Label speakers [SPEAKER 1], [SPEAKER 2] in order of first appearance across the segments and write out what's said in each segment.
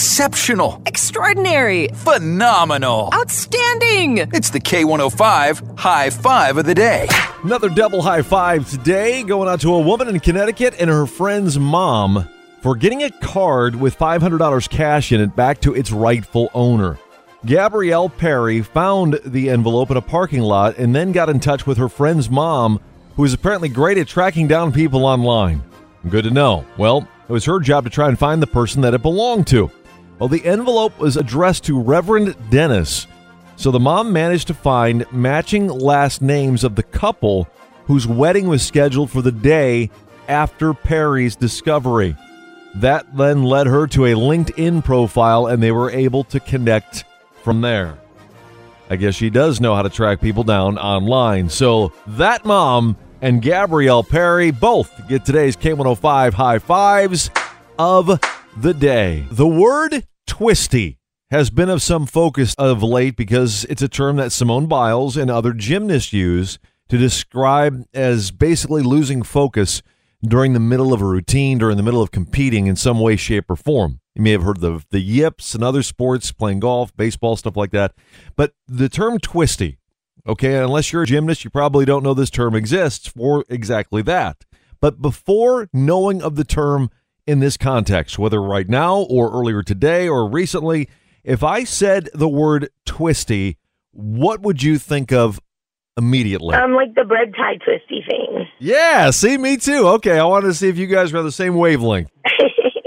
[SPEAKER 1] Exceptional.
[SPEAKER 2] Extraordinary.
[SPEAKER 1] Phenomenal.
[SPEAKER 2] Outstanding.
[SPEAKER 1] It's the K105 high five of the day.
[SPEAKER 3] Another double high five today going out to a woman in Connecticut and her friend's mom for getting a card with $500 cash in it back to its rightful owner. Gabrielle Perry found the envelope in a parking lot and then got in touch with her friend's mom, who is apparently great at tracking down people online. Good to know. Well, it was her job to try and find the person that it belonged to. Well, the envelope was addressed to Reverend Dennis, so the mom managed to find matching last names of the couple whose wedding was scheduled for the day after Perry's discovery. That then led her to a LinkedIn profile, and they were able to connect from there. I guess she does know how to track people down online. So that mom and Gabrielle Perry both get today's K105 high fives of the day. The word twisty has been of some focus of late because it's a term that Simone Biles and other gymnasts use to describe as basically losing focus during the middle of a routine, during the middle of competing in some way, shape, or form. You may have heard the the yips and other sports, playing golf, baseball, stuff like that. But the term twisty, okay, unless you're a gymnast, you probably don't know this term exists for exactly that. But before knowing of the term in this context, whether right now or earlier today or recently, if I said the word twisty, what would you think of immediately?
[SPEAKER 4] Um, like the bread tie twisty thing.
[SPEAKER 3] Yeah, see, me too. Okay, I wanted to see if you guys were on the same wavelength.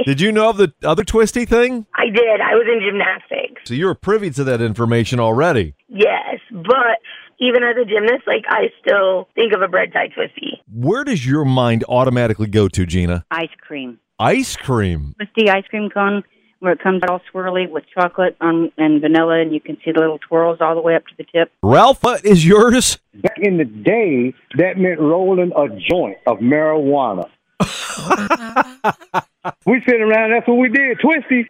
[SPEAKER 3] Did you know of the other twisty thing?
[SPEAKER 4] I did. I was in gymnastics.
[SPEAKER 3] So you were privy to that information already.
[SPEAKER 4] Yes, but even as a gymnast, like I still think of a bread tie twisty.
[SPEAKER 3] Where does your mind automatically go to, Gina?
[SPEAKER 5] Ice cream.
[SPEAKER 3] Ice cream.
[SPEAKER 5] Twisty ice cream cone where it comes all swirly with chocolate on, and vanilla, and you can see the little twirls all the way up to the tip.
[SPEAKER 3] Ralph, what is yours?
[SPEAKER 6] Back in the day, that meant rolling a joint of marijuana. we sit around, that's what we did, twisty.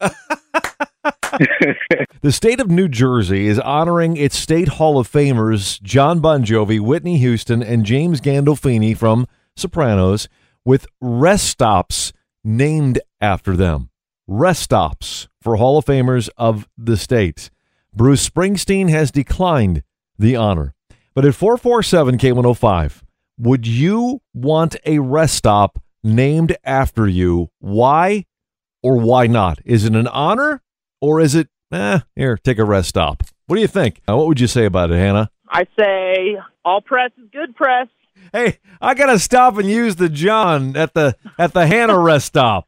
[SPEAKER 3] the state of New Jersey is honoring its state Hall of Famers John Bon Jovi, Whitney Houston, and James Gandolfini from Sopranos with rest stops named after them rest stops for Hall of Famers of the state. Bruce Springsteen has declined the honor. But at 447 K105, would you want a rest stop named after you? Why or why not? Is it an honor or is it, eh, here, take a rest stop? What do you think? Uh, what would you say about it, Hannah?
[SPEAKER 7] I say all press is good press.
[SPEAKER 3] Hey, I gotta stop and use the John at the at the Hannah rest stop.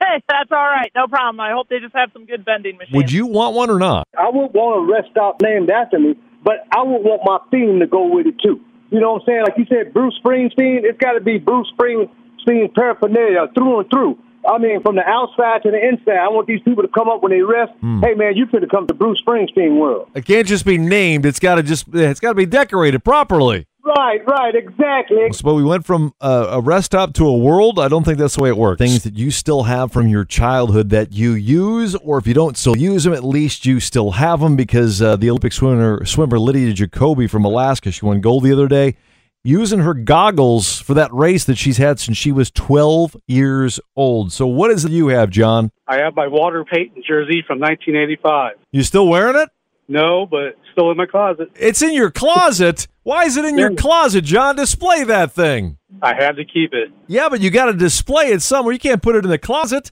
[SPEAKER 7] Hey, that's all right. No problem. I hope they just have some good vending machines.
[SPEAKER 3] Would you want one or not?
[SPEAKER 6] I would want a rest stop named after me, but I would want my theme to go with it too. You know what I'm saying? Like you said, Bruce Springsteen, it's got to be Bruce Springsteen paraphernalia through and through. I mean, from the outside to the inside, I want these people to come up when they rest. Hey, man, you could have come to Bruce Springsteen world.
[SPEAKER 3] It can't just be named. It's got to just it's got to be decorated properly.
[SPEAKER 6] Right, right, exactly.
[SPEAKER 3] But we went from a, a rest stop to a world. I don't think that's the way it works. Things that you still have from your childhood that you use, or if you don't still use them, at least you still have them because uh, the Olympic swimmer, swimmer Lydia Jacoby from Alaska, she won gold the other day, using her goggles for that race that she's had since she was 12 years old. So, what is it you have, John?
[SPEAKER 8] I have my Walter Payton jersey from 1985.
[SPEAKER 3] You still wearing it?
[SPEAKER 8] No, but still in my closet.
[SPEAKER 3] It's in your closet. Why is it in your closet, John? Display that thing.
[SPEAKER 8] I have to keep it.
[SPEAKER 3] Yeah, but you got to display it somewhere. You can't put it in the closet.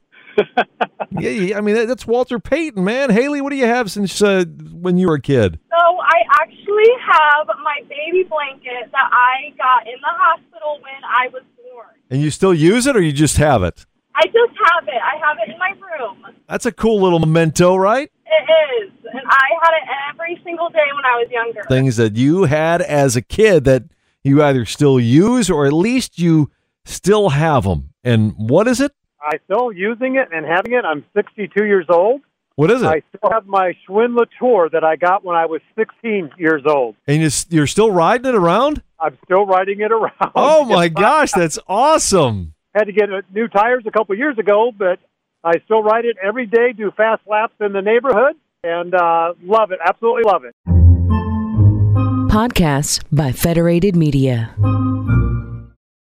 [SPEAKER 3] yeah, yeah, I mean that- that's Walter Payton, man. Haley, what do you have since uh, when you were a kid?
[SPEAKER 9] So I actually have my baby blanket that I got in the hospital when I was born.
[SPEAKER 3] And you still use it, or you just have it?
[SPEAKER 9] I just have it. I have it in my room.
[SPEAKER 3] That's a cool little memento, right?
[SPEAKER 9] It is. And I had it every single day when I was younger.
[SPEAKER 3] Things that you had as a kid that you either still use or at least you still have them. And what is it?
[SPEAKER 8] I still using it and having it. I'm 62 years old.
[SPEAKER 3] What is it?
[SPEAKER 8] I still have my Schwinn Latour that I got when I was 16 years old.
[SPEAKER 3] and you, you're still riding it around?
[SPEAKER 8] I'm still riding it around.
[SPEAKER 3] Oh my gosh, that's awesome!
[SPEAKER 8] Had to get uh, new tires a couple years ago, but I still ride it every day. Do fast laps in the neighborhood and uh, love it. Absolutely love it.
[SPEAKER 10] Podcasts by Federated Media.